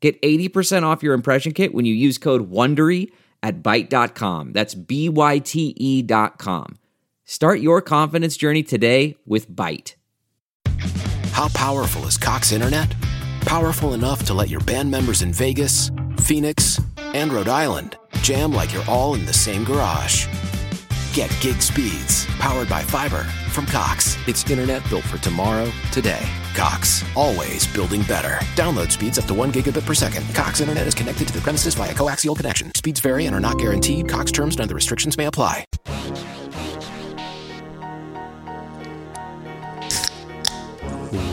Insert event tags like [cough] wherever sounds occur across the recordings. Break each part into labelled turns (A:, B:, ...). A: Get 80% off your impression kit when you use code WONDERY at Byte.com. That's B-Y-T-E E dot com. Start your confidence journey today with Byte.
B: How powerful is Cox Internet? Powerful enough to let your band members in Vegas, Phoenix, and Rhode Island jam like you're all in the same garage. Get gig speeds powered by fiber from Cox. It's internet built for tomorrow, today. Cox, always building better. Download speeds up to one gigabit per second. Cox internet is connected to the premises via coaxial connection. Speeds vary and are not guaranteed. Cox terms and other restrictions may apply.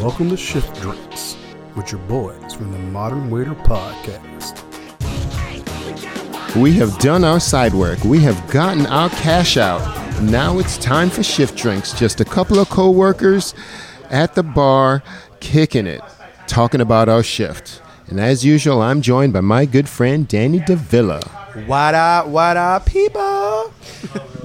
C: Welcome to Shift Drinks with your boys from the Modern Waiter Podcast.
D: We have done our side work. We have gotten our cash out. Now it's time for shift drinks. Just a couple of coworkers at the bar kicking it, talking about our shift. And as usual, I'm joined by my good friend Danny Davila.
E: What up, what up, people?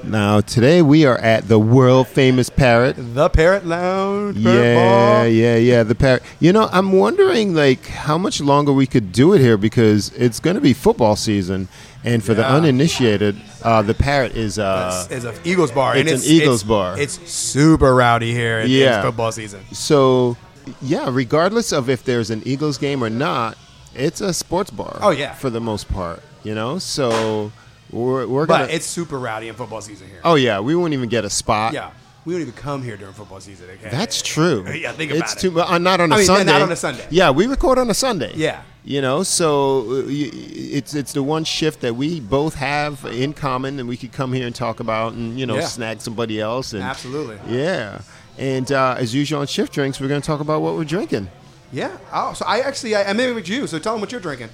D: Now, today we are at the world famous parrot.
E: The Parrot Lounge. Parrot
D: Yeah,
E: Bar.
D: yeah, yeah, the parrot. You know, I'm wondering like how much longer we could do it here because it's going to be football season and for the
E: Yeah.
D: uninitiated, uh, the parrot is uh,
E: It's, it's an Eagles bar. and
D: it's an Eagles bar.
E: It's super rowdy here. In,
D: Yeah.
E: yeah. football season.
D: So, yeah, regardless of if there's an Eagles game or not, it's a sports bar.
E: Oh, yeah.
D: for the most part, you know. So we're we're
E: But
D: gonna.
E: it's super rowdy in football season here.
D: oh yeah, we won't even get a spot.
E: Yeah. We don't even come here during football season. Okay?
D: That's true.
E: [laughs] Yeah, think
D: it's
E: about it.
D: too, uh, not on a
E: I mean, not
D: Sunday.
E: on a Sunday.
D: Yeah, we record on a Sunday.
E: Yeah.
D: you know, so uh, y- it's it's the one shift that we both have in common, and we could come here and talk about, and you know,
E: Yeah.
D: snag somebody else, and
E: Absolutely.
D: yeah. And uh, as usual on shift drinks, we're going to talk about what we're drinking.
E: Yeah. Oh, so I actually, I, I'm in with you. So tell them what you're drinking.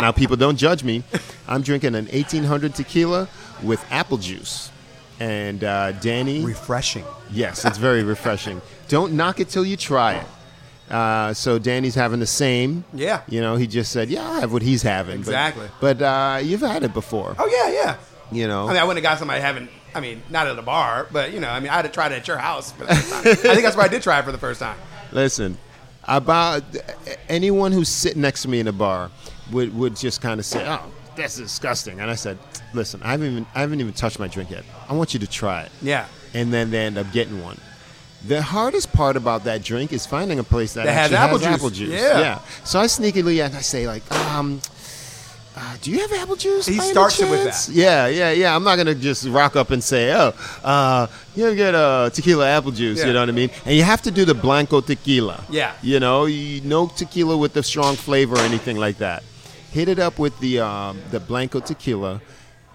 D: Now, people don't judge me. I'm drinking an 1800 tequila with apple juice. And uh, Danny,
E: Refreshing.
D: yes, it's very refreshing. Don't knock it till you try it. Uh, so Danny's having the same.
E: Yeah.
D: You know, he just said, yeah, I have what he's having. But-
E: Exactly.
D: But, uh, you've had it before,
E: Oh, yeah, yeah.
D: you know.
E: I mean, I wouldn't have got somebody having, I mean, not at a bar, but, you know, I mean, I had to try it at your
D: [laughs]
E: house. For the first time. I think that's where I did try it for the first time.
D: Listen, about anyone who's sitting next to me in a bar would, would just kind of say, oh, that's disgusting. And I said, listen, I haven't, even, I haven't even touched my drink yet. I want you to try it.
E: Yeah.
D: and then they end up getting one. The hardest part about that drink is finding a place that,
E: That has
D: actually
E: apple
D: has
E: juice.
D: apple juice.
E: Yeah.
D: So I sneakily and I say like, um, uh, "Do you have apple juice?"
E: He
D: by any
E: starts it with
D: chance?"
E: that.
D: Yeah, yeah, yeah. I'm not gonna just rock up and say, "Oh, uh, you ever get a tequila apple juice?" You
E: Yeah.
D: know what I mean? And you have to do the blanco tequila.
E: Yeah.
D: You know, you, no tequila with the strong flavor or anything like that. Hit it up with the um, the blanco tequila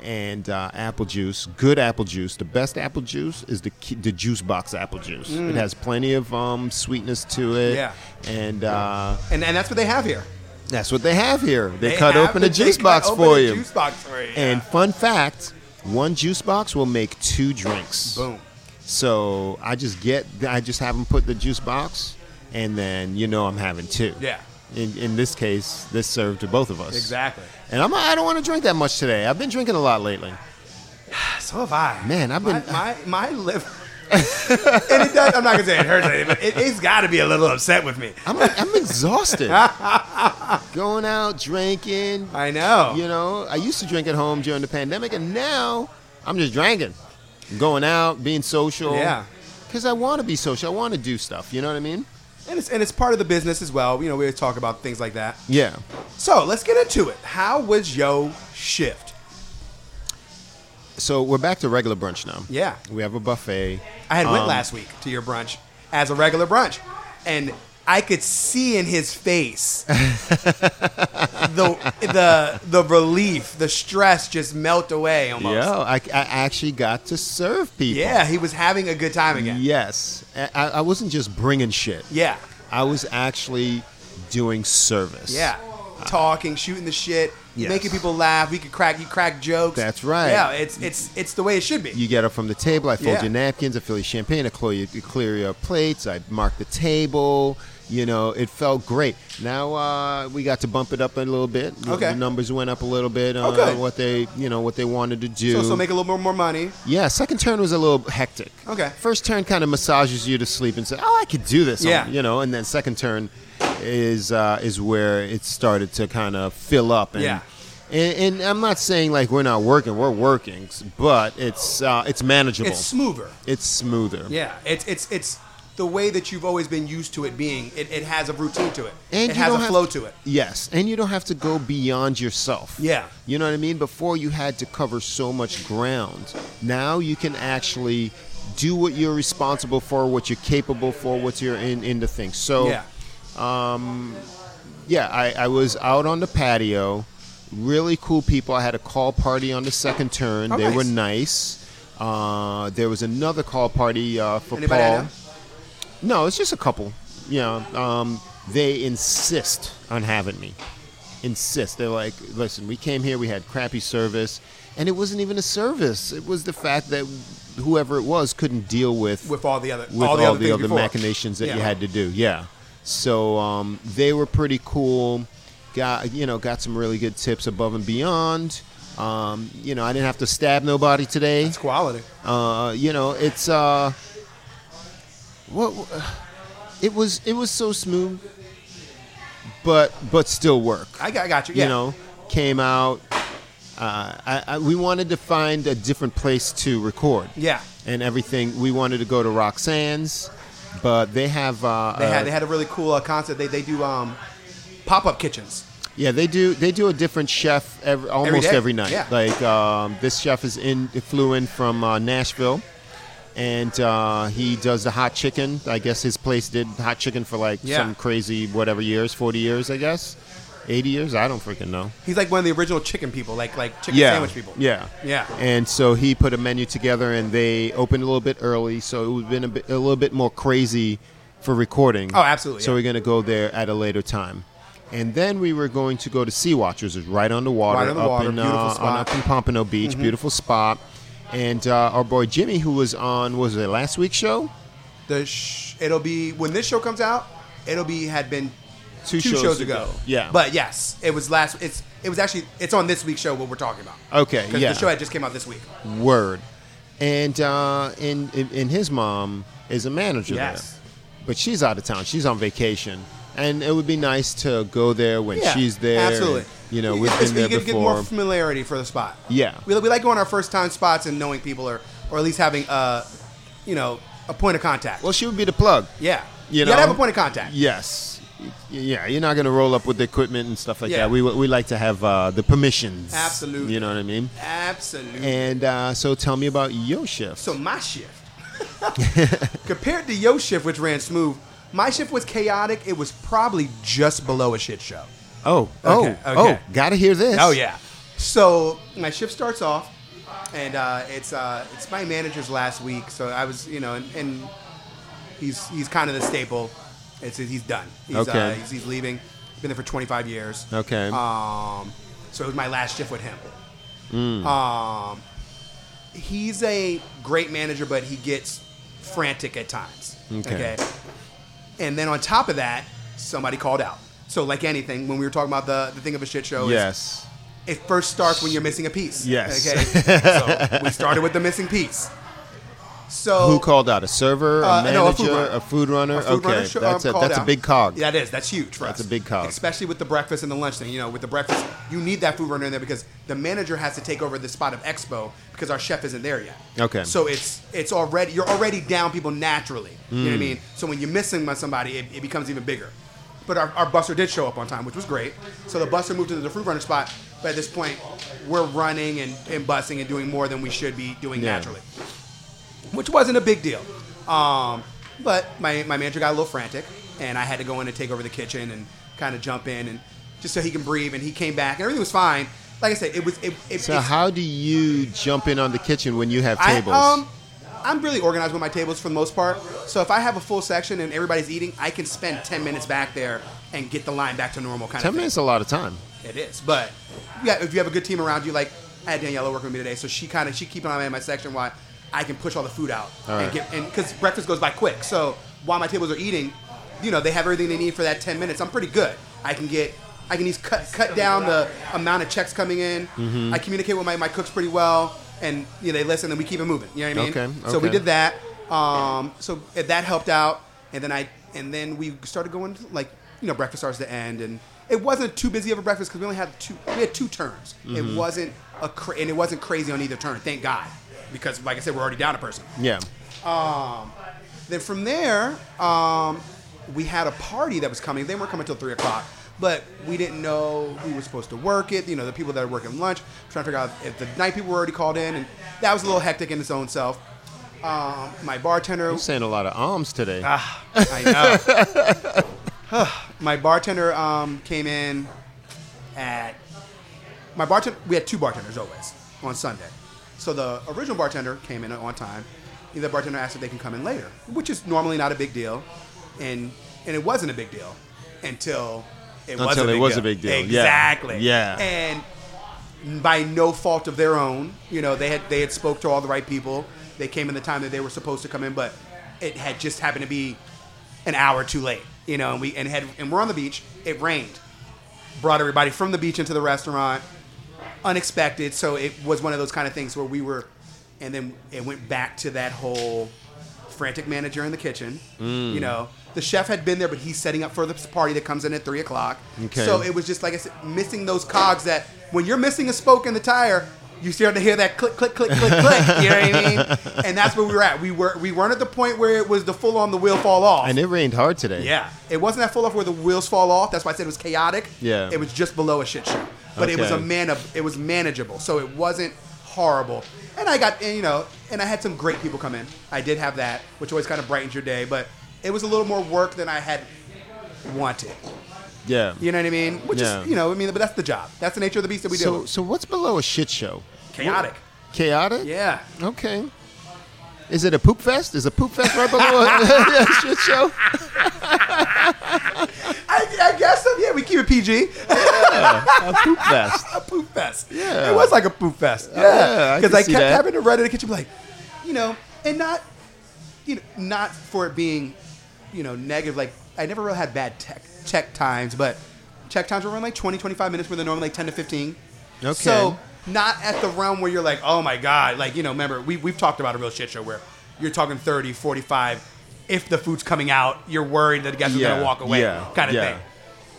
D: and uh, apple juice. Good apple juice. The best apple juice is the ki- the juice box apple juice. It has plenty of um, sweetness to it.
E: Mm. Yeah.
D: And uh,
E: And, and that's what they have here.
D: that's what they have here. They,
E: They
D: cut
E: have
D: open
E: the-
D: a juice
E: they cut
D: box
E: open
D: for
E: a
D: you.
E: Juice box for you.
D: And fun fact, one juice box will make two drinks.
E: Boom.
D: So I just get, I just have them put the juice box, and then you know I'm having two.
E: Yeah.
D: In, in this case, this served to both of us.
E: Exactly.
D: And I'm, I don't want to drink that much today. I've been drinking a lot lately.
E: So have I.
D: Man, I've been- uh,
E: my my, my
D: [laughs]
E: liver. and it does, I'm not gonna say it hurts anything, but it, it's got to be a little upset with me.
D: I'm,
E: [laughs]
D: I'm exhausted. Going out drinking.
E: I know.
D: You know, I used to drink at home during the pandemic, and now I'm just drinking, going out, being social.
E: Yeah.
D: Because I want to be social. I want to do stuff. You know what I mean?
E: And it's and it's part of the business as well. You know, we always talk about things like that.
D: Yeah.
E: So let's get into it. How was yo shift?
D: So we're back to regular brunch now.
E: Yeah.
D: We have a buffet.
E: I had went
D: Um,
E: last week to your brunch as a regular brunch, and I could see in his face
D: [laughs]
E: the the the relief, the stress just melt away almost.
D: Yeah, I, I actually got to serve people.
E: Yeah, he was having a good time again.
D: Yes. I- I, I wasn't just bringing shit.
E: Yeah.
D: I was actually doing service.
E: Yeah. talking, shooting the shit,
D: Yes.
E: making people laugh. We could crack, you crack jokes.
D: That's right.
E: Yeah, it's it's it's the way it should be.
D: You get up from the table. I fold
E: Yeah.
D: your napkins. I fill your champagne. I clear your, clear your plates. I mark the table. You know, it felt great. Now uh, we got to bump it up a little bit. The-
E: Okay.
D: The numbers went up a little bit on
E: Okay.
D: what they, you know, what they wanted to do.
E: so, so make a little more more money.
D: yeah, second turn was a little hectic.
E: Okay.
D: First turn kind of massages you to sleep and say, "Oh, I could do this." on-
E: Yeah.
D: you know, and then second turn is uh, is where it started to kind of fill up. And,
E: Yeah.
D: And, and I'm not saying like we're not working; we're working, but it's uh, it's manageable.
E: It's smoother.
D: It's smoother.
E: Yeah, it's it's it's the way that you've always been used to it being. It, it has a routine to it.
D: And
E: it
D: you
E: has
D: don't
E: a
D: have
E: flow to it.
D: Yes, and you don't have to go beyond yourself.
E: Yeah.
D: You know what I mean? Before you had to cover so much ground. Now you can actually do what you're responsible for, what you're capable for, what you're in into things. So
E: Yeah.
D: yeah, I, I was out on the patio. Really cool people. I had a call party on the second turn.
E: Oh,
D: they
E: nice.
D: were nice. Uh, there was another call party uh, for
E: Anybody I
D: Paul.
E: know?
D: No, it's just a couple. You know, um, they insist on having me. Insist. They're like, listen, we came here, we had crappy service, and it wasn't even a service. It was the fact that whoever it was couldn't deal with
E: With all the other
D: with all,
E: the other,
D: the
E: things
D: other
E: before.
D: machinations that you
E: Yeah.
D: had to do. Yeah. So um, they were pretty cool. Got you know got some really good tips above and beyond. Um, you know I didn't have to stab nobody today.
E: It's quality.
D: Uh, you know it's uh, what it was it was so smooth, but but still work
E: I got, I got you. Yeah.
D: you know, came out. Uh, I, I, we wanted to find a different place to record.
E: Yeah.
D: And everything. We wanted to go to Roxanne's, but they have. Uh,
E: they
D: uh,
E: had they had a really cool uh, concept. They they do um pop up kitchens.
D: Yeah, they do. They do a different chef every, almost
E: day.
D: every, night.
E: Yeah.
D: Like um, this chef is in flew in from uh, Nashville, and uh, he does the hot chicken. I guess his place did hot chicken for like
E: Yeah.
D: some crazy whatever years, forty years, I guess, eighty years. I don't freaking know.
E: He's like one of the original chicken people, like like chicken sandwich people.
D: Yeah.
E: Yeah.
D: And so he put a menu together and they opened a little bit early, so it would have been a, bit, a little bit more crazy for recording.
E: Oh, absolutely,
D: So
E: yeah.
D: we're going to go there at a later time. And then we were going to go to Sea Watchers, it's right on the water,
E: Right on the
D: up,
E: water,
D: in,
E: beautiful
D: uh, on-
E: spot.
D: up
E: Mm-hmm.
D: in Pompano Beach, beautiful spot. And uh, our boy Jimmy, who was on, was it last week's show?
E: The sh- it'll be when this show comes out, it'll be had been two, shows, ago.
D: Yeah.
E: But yes, it was last. It's it was actually it's on this week's show what we're talking about.
D: Okay,
E: 'Cause
D: yeah.
E: The show had just came out this week.
D: Word. And uh, and, and his mom is a manager
E: Yes.
D: there. But she's out of town. She's on vacation. And it would be nice to go there when she's there. and,
E: Absolutely.
D: you know,
E: It's-
D: we've
E: it's-
D: been there
E: you get, get more
D: before.
E: familiarity for the spot.
D: Yeah.
E: We, we like going our first time spots and knowing people, or or at least having a, you know, a point of contact.
D: well, she would be the plug.
E: yeah.
D: You, know?
E: gotta have a point of contact.
D: Yes. Yeah, you're not going to roll up with the equipment and stuff like
E: Yeah.
D: that. We, we like to have uh, the permissions.
E: Absolutely.
D: You know what I mean?
E: Absolutely.
D: And uh, so tell me about your shift.
E: So my shift,
D: [laughs]
E: compared to your shift, which ran smooth, my shift was chaotic. It was probably just below a shit show.
D: oh,
E: Okay,
D: oh,
E: okay.
D: oh, got to hear this.
E: So my shift starts off, and uh, it's uh, it's my manager's last week. So I was, you know, and, and he's he's kind of the staple. It's he's done. He's, Uh,
D: Okay.
E: he's, he's leaving. Been there for 25 years.
D: Okay.
E: Um, so it was my last shift with him.
D: Mm.
E: Um, he's a great manager, but he gets frantic at times.
D: Okay.
E: And then on top of that, somebody called out. So like anything, when we were talking about the, the thing of a shit show, is
D: yes.
E: it first starts when you're missing a piece.
D: Yes.
E: Okay. so we started with the missing piece. So
D: Who called out? A server, a
E: uh,
D: manager,
E: no,
D: a food runner?
E: A food
D: okay,
E: runner, sure,
D: that's
E: um,
D: a
E: called
D: that's a
E: out.
D: big cog.
E: Yeah, it is. That's huge for
D: That's
E: us.
D: a big cog.
E: especially with the breakfast and the lunch thing. You know, with the breakfast, you need that food runner in there because the manager has to take over the spot of expo because our chef isn't there yet.
D: Okay.
E: So it's it's already you're already down people naturally. You
D: Hmm.
E: know what I mean? So when you're missing by somebody, it, it becomes even bigger. But our, our buster did show up on time, which was great. So the buster moved to the food runner spot. But at this point, we're running and, and busing and doing more than we should be doing
D: Yeah.
E: naturally which wasn't a big deal. Um, but my, my manager got a little frantic, and I had to go in and take over the kitchen and kind of jump in and just so he can breathe. And he came back, and everything was fine. Like I said, it was it. it
D: So
E: it's-
D: how do you jump in on the kitchen when you have
E: I
D: tables?
E: um I'm really organized with my tables for the most part. So if I have a full section and everybody's eating, I can spend 10 minutes back there and get the line back to normal kind of
D: Ten
E: thing.
D: minutes is a lot of time.
E: It is, but yeah, if you have a good team around you, like I had Daniela working with me today, so she kind of she keep an eye on my section while I can push all the food out
D: All
E: and
D: right.
E: get and because breakfast goes by quick, so while my tables are eating, you know they have everything they need for that ten minutes. I'm pretty good. I can get. I can just cut cut down the amount of checks coming in.
D: Mm-hmm.
E: I communicate with my, my cooks pretty well, and you know, they listen, and we keep it moving. You know what I mean?
D: Okay,
E: So we
D: okay.
E: did that. Um, so that helped out, and then I and then we started going to, like you know breakfast hours to end, and it wasn't too busy of a breakfast because we only had two we had two turns. It wasn't a cra- and it wasn't crazy on either turn. Thank God, because like I said, we're already down a person.
D: Yeah.
E: Then from there, um, we had a party that was coming. They weren't coming till three o'clock, but we didn't know we were supposed to work it. You know, the people that are working lunch, trying to figure out if the night people were already called in, and that was a little hectic in its own self. Um, my bartender,
D: You're saying a lot of alms today.
E: Ah. I know. my bartender um, came in at my bartender. We had two bartenders always on Sunday, so the original bartender came in on time. The other bartender asked if they can come in later, which is normally not a big deal, and and it wasn't a big deal until it was a
D: Until it
E: big
D: was
E: deal.
D: a big deal, yeah.
E: Exactly.
D: Yeah.
E: And by no fault of their own, you know, they had they had spoke to all the right people. They came in the time that they were supposed to come in, but it had just happened to be an hour too late, you know, and we and had and we're on the beach. It rained, brought everybody from the beach into the restaurant, unexpected. So it was one of those kind of things where we were, and then it went back to that whole frantic manager in the kitchen. You know, the chef had been there, but he's setting up for the party that comes in at three o'clock.
D: Okay.
E: So it was just like I said, missing those cogs that when you're missing a spoke in the tire. You start to hear that click, click, click, click, click. You know what I mean? And that's where we were at. We were we weren't at the point where it was the full on the wheel fall off.
D: and it rained hard today.
E: Yeah, it wasn't that full off where the wheels fall off. That's why I said it was chaotic.
D: Yeah.
E: it was just below a shit show, but it was a
D: Okay.
E: man. It was manageable, so it wasn't horrible. And I got and, you know, and I had some great people come in. I did have that, which always kind of brightens your day. But it was a little more work than I had wanted.
D: Yeah.
E: You know what I mean? Which
D: Yeah.
E: is you know, I mean, but that's the job. That's the nature of the beast that we
D: So,
E: do.
D: so what's below a shit show?
E: Chaotic.
D: Chaotic?
E: Yeah.
D: Okay. Is it a poop fest? Is a poop fest right below a, [laughs] a shit show?
E: I, I guess so. Yeah, we keep it PG.
D: A poop
E: [laughs]
D: fest.
E: a poop fest.
D: Yeah.
E: It was like a poop fest.
D: Yeah, I
E: Yeah. Because
D: can
E: I,
D: see
E: kept
D: that.
E: having to write in the kitchen, be like, you know, and not, you know, not for it being, you know, negative. Like, I never really had bad tech, check times, but check times were around like 20, 25 minutes where they're normally like 10 to 15.
D: Okay.
E: So, not at the realm where you're like, oh my God. Like, you know, remember, we, we've talked about a real shit show where you're talking 30, 45. If the food's coming out, you're worried that the guys are going
D: Yeah,
E: to walk away,
D: yeah,
E: kind of
D: yeah.
E: thing.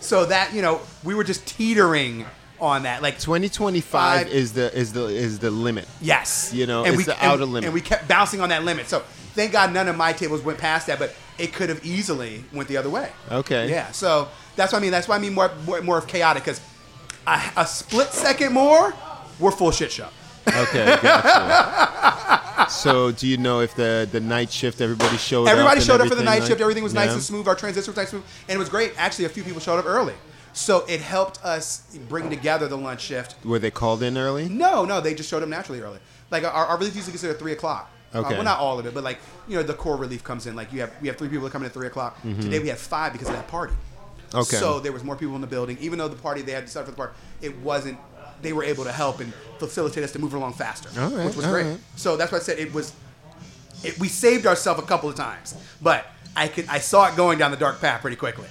E: So that you know, we were just teetering on that. Like
D: 2025
E: Five.
D: is the is the is the limit.
E: yes,
D: You know, it's the outer limit.
E: and we kept bouncing on that limit. So thank God none of my tables went past that, but it could have easily went the other way.
D: Okay.
E: yeah. So that's what I mean. That's why I mean more more, more of chaotic because a, a split second more, we're full shit show.
D: Okay, gotcha. so, do you know if the the night shift everybody showed up?
E: Everybody
D: and
E: showed up for the night
D: like-
E: shift. Everything was nice
D: Yeah.
E: and smooth. Our transition was nice and smooth, and it was great. Actually, a few people showed up early, so it helped us bring together the lunch shift
D: Were they called in early?
E: No, no, they just showed up naturally early. Like our, our relief usually gets there at three o'clock. Uh,
D: Okay.
E: well, not all of it, but like you know, the core relief comes in. Like you have we have three people that come in at three o'clock. Today we had five because of that party.
D: Mm-hmm. Okay.
E: So there was more people in the building, even though the party they had decided for the party, it wasn't. They were able to help and facilitate us to move along faster,
D: All right,
E: which was
D: all
E: great.
D: right.
E: So that's why I said it was. It, we saved ourselves a couple of times, but I could I saw it going down the dark path pretty quickly.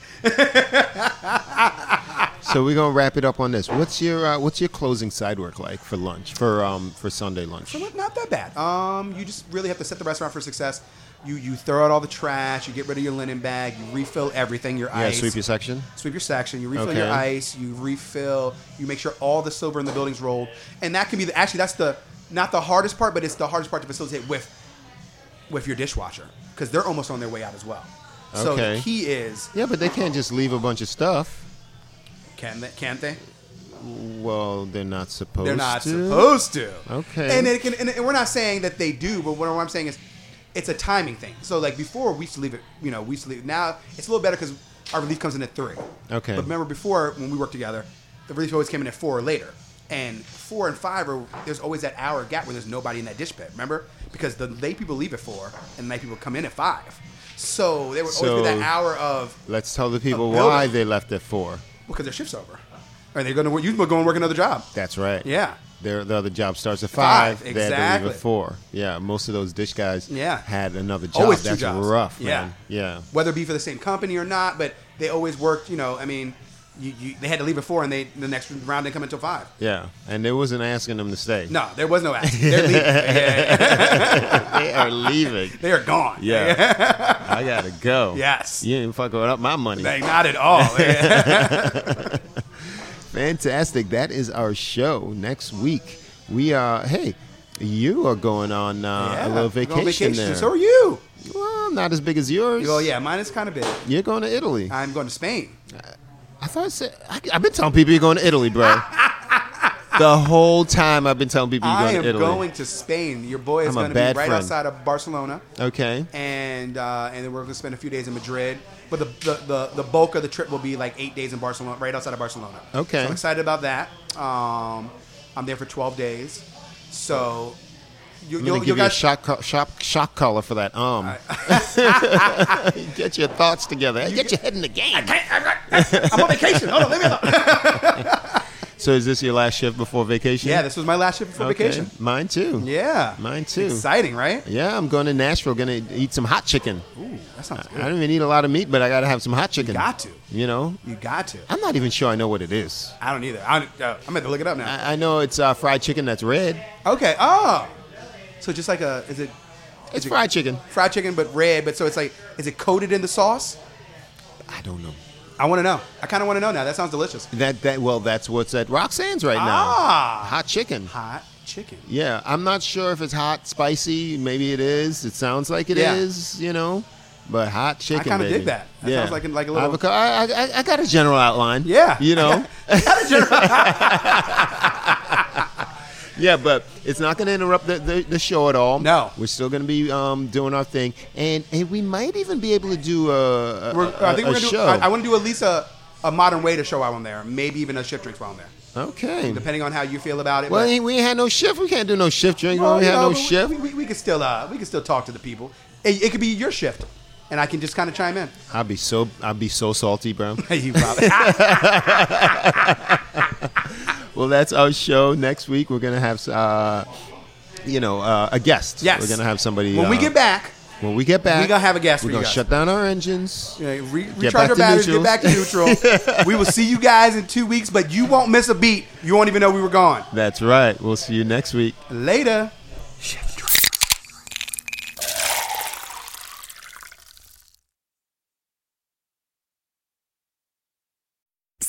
D: So we're gonna wrap it up on this. What's your uh, what's your closing side work like for lunch for um for Sunday lunch?
E: But not that bad. Um, you just really have to set the restaurant for success. You you throw out all the trash. You get rid of your linen bag. You refill everything. Your
D: yeah,
E: ice.
D: sweep your section.
E: Sweep your section. You refill
D: Okay.
E: your ice. You refill. You make sure all the silver in the building's rolled. And that can be the, actually that's the not the hardest part, but it's the hardest part to facilitate with with your dishwasher because they're almost on their way out as well. So the
D: Okay.
E: key is
D: Yeah, but they can't just leave a bunch of stuff.
E: can they can they?
D: Well, they're not supposed.
E: They're not
D: to.
E: supposed to.
D: Okay.
E: And it can, and we're not saying that they do, but what I'm saying is, it's a timing thing. So like before, we used to leave it. You know, we used to leave. Now it's a little better because our relief comes in at three.
D: Okay.
E: But remember before when we worked together, the relief always came in at four or later. and four and five are there's always that hour gap where there's nobody in that dish pit. Remember, because the late people leave at four and the night people come in at five. So there would always be
D: So-
E: that hour of
D: Let's tell the people
E: building.
D: why they left at four.
E: because their shift's over, or they're going to you go and work another job.
D: That's right.
E: Yeah.
D: Their, the other job starts at five. They had
E: Five,
D: to leave
E: exactly.
D: at four. Yeah, most of those dish guys
E: Yeah.
D: had another job.
E: Always two
D: That's
E: jobs.
D: rough,
E: Yeah.
D: man. Yeah.
E: whether it be for the same company or not, but they always worked. You know, I mean, you, you, they had to leave at four, and they the next round didn't come until five.
D: Yeah. And they wasn't asking them to stay.
E: No, there was no ask.
D: [laughs]
E: They're leaving. Yeah,
D: They are
E: [laughs]
D: leaving.
E: they are gone.
D: Yeah. I gotta go.
E: Yes.
D: You ain't fucking up my money.
E: Like, not
D: [laughs]
E: at all.
D: Uh,
E: Yeah.
D: Fantastic. That is our show. Next week, we are, hey, you are going on uh, a little
E: We're going
D: vacation,
E: on
D: there.
E: So are you?
D: Well, not as big as yours.
E: Well, yeah, mine is kind of big.
D: You're going to Italy.
E: I'm going to Spain.
D: I thought I said, I, I've been telling people you're going to Italy,
E: [laughs]
D: bro. the whole time I've been telling people you're
E: I
D: going
E: am
D: to Italy.
E: going to Spain. Your boy
D: I'm
E: is
D: a
E: going to be
D: bad
E: right
D: friend.
E: outside of Barcelona.
D: Okay.
E: And uh, and then we're going to spend a few days in Madrid, but the, the, the, the bulk of the trip will be like eight days in Barcelona, right outside of Barcelona.
D: Okay.
E: so I'm excited about that. Um, I'm there for 12 days, so you,
D: I'm going
E: you'll,
D: to
E: you'll
D: give you a
E: guys
D: shock, co- shock, shock collar for that arm. [laughs] get your thoughts together. Get your head in the game.
E: I'm on vacation. Hold on, leave me
D: [laughs]
E: alone.
D: So is this your last shift before vacation?
E: yeah, this was my last trip before
D: Okay.
E: vacation.
D: Mine too.
E: Yeah,
D: Mine too.
E: Exciting, right?
D: Yeah, I'm going to Nashville. Going to eat some hot chicken.
E: Ooh, that sounds
D: I
E: good.
D: don't even eat a lot of meat, but I got to have some hot chicken.
E: got to.
D: You know,
E: You got to.
D: I'm not even sure I know what it is.
E: I don't either. I don't, uh, I'm going to look it up now.
D: I, I know it's uh, fried chicken that's red.
E: Okay. Oh, so just like a is it
D: It's fried chicken.
E: fried chicken but red? But so it's like is it coated in the sauce?
D: I don't know.
E: I want to know. I kind of want to know now. That sounds delicious.
D: That that well, that's what's at Roxanne's right
E: Ah.
D: now. Hot chicken.
E: Hot
D: [laughs]
E: chicken.
D: Yeah, I'm not sure if it's hot, spicy. Maybe it is. It sounds like it is.
E: Yeah.
D: You know, but hot chicken.
E: kinda
D: baby.
E: dig that. That sounds like a- like a little-
D: Avocado. I, I, I got a general outline.
E: Yeah.
D: You
E: [laughs]
D: know. Yeah, but it's not going to interrupt the, the, the show at all.
E: No.
D: we're still going to be um, doing our thing, and and we might even be able to do a, a,
E: We're, I think
D: a-
E: we're
D: a
E: gonna do.
D: show.
E: I, I want to do at least a, a modern way to show while I'm there. Maybe even a shift drinks while I'm there,
D: okay.
E: depending on how you feel about it.
D: Well,
E: but-
D: ain't- we ain't had no shift. We can't do no shift drink. we
E: you
D: ain't had
E: know,
D: no
E: but we-
D: shift.
E: We, we, we could still uh, we could still talk to the people. It, it could be your shift, and I can just kind of
D: [laughs]
E: chime in.
D: I'd be so I'd be so salty, bro.
E: you probably. Ah,
D: Well, that's our show. Next week we're gonna have, uh, you know, uh, a guest.
E: Yes.
D: we're gonna have somebody.
E: when we
D: uh,
E: get back,
D: when we get back,
E: we gonna have a guest
D: We're
E: for you
D: gonna
E: guys.
D: shut down our engines.
E: you know, re-
D: back
E: recharge our
D: to
E: batteries,
D: neutral.
E: get back to
D: [laughs]
E: neutral. we will see you guys in two weeks, but you won't miss a beat. You won't even know we were gone.
D: That's right. We'll see you next week.
E: Later.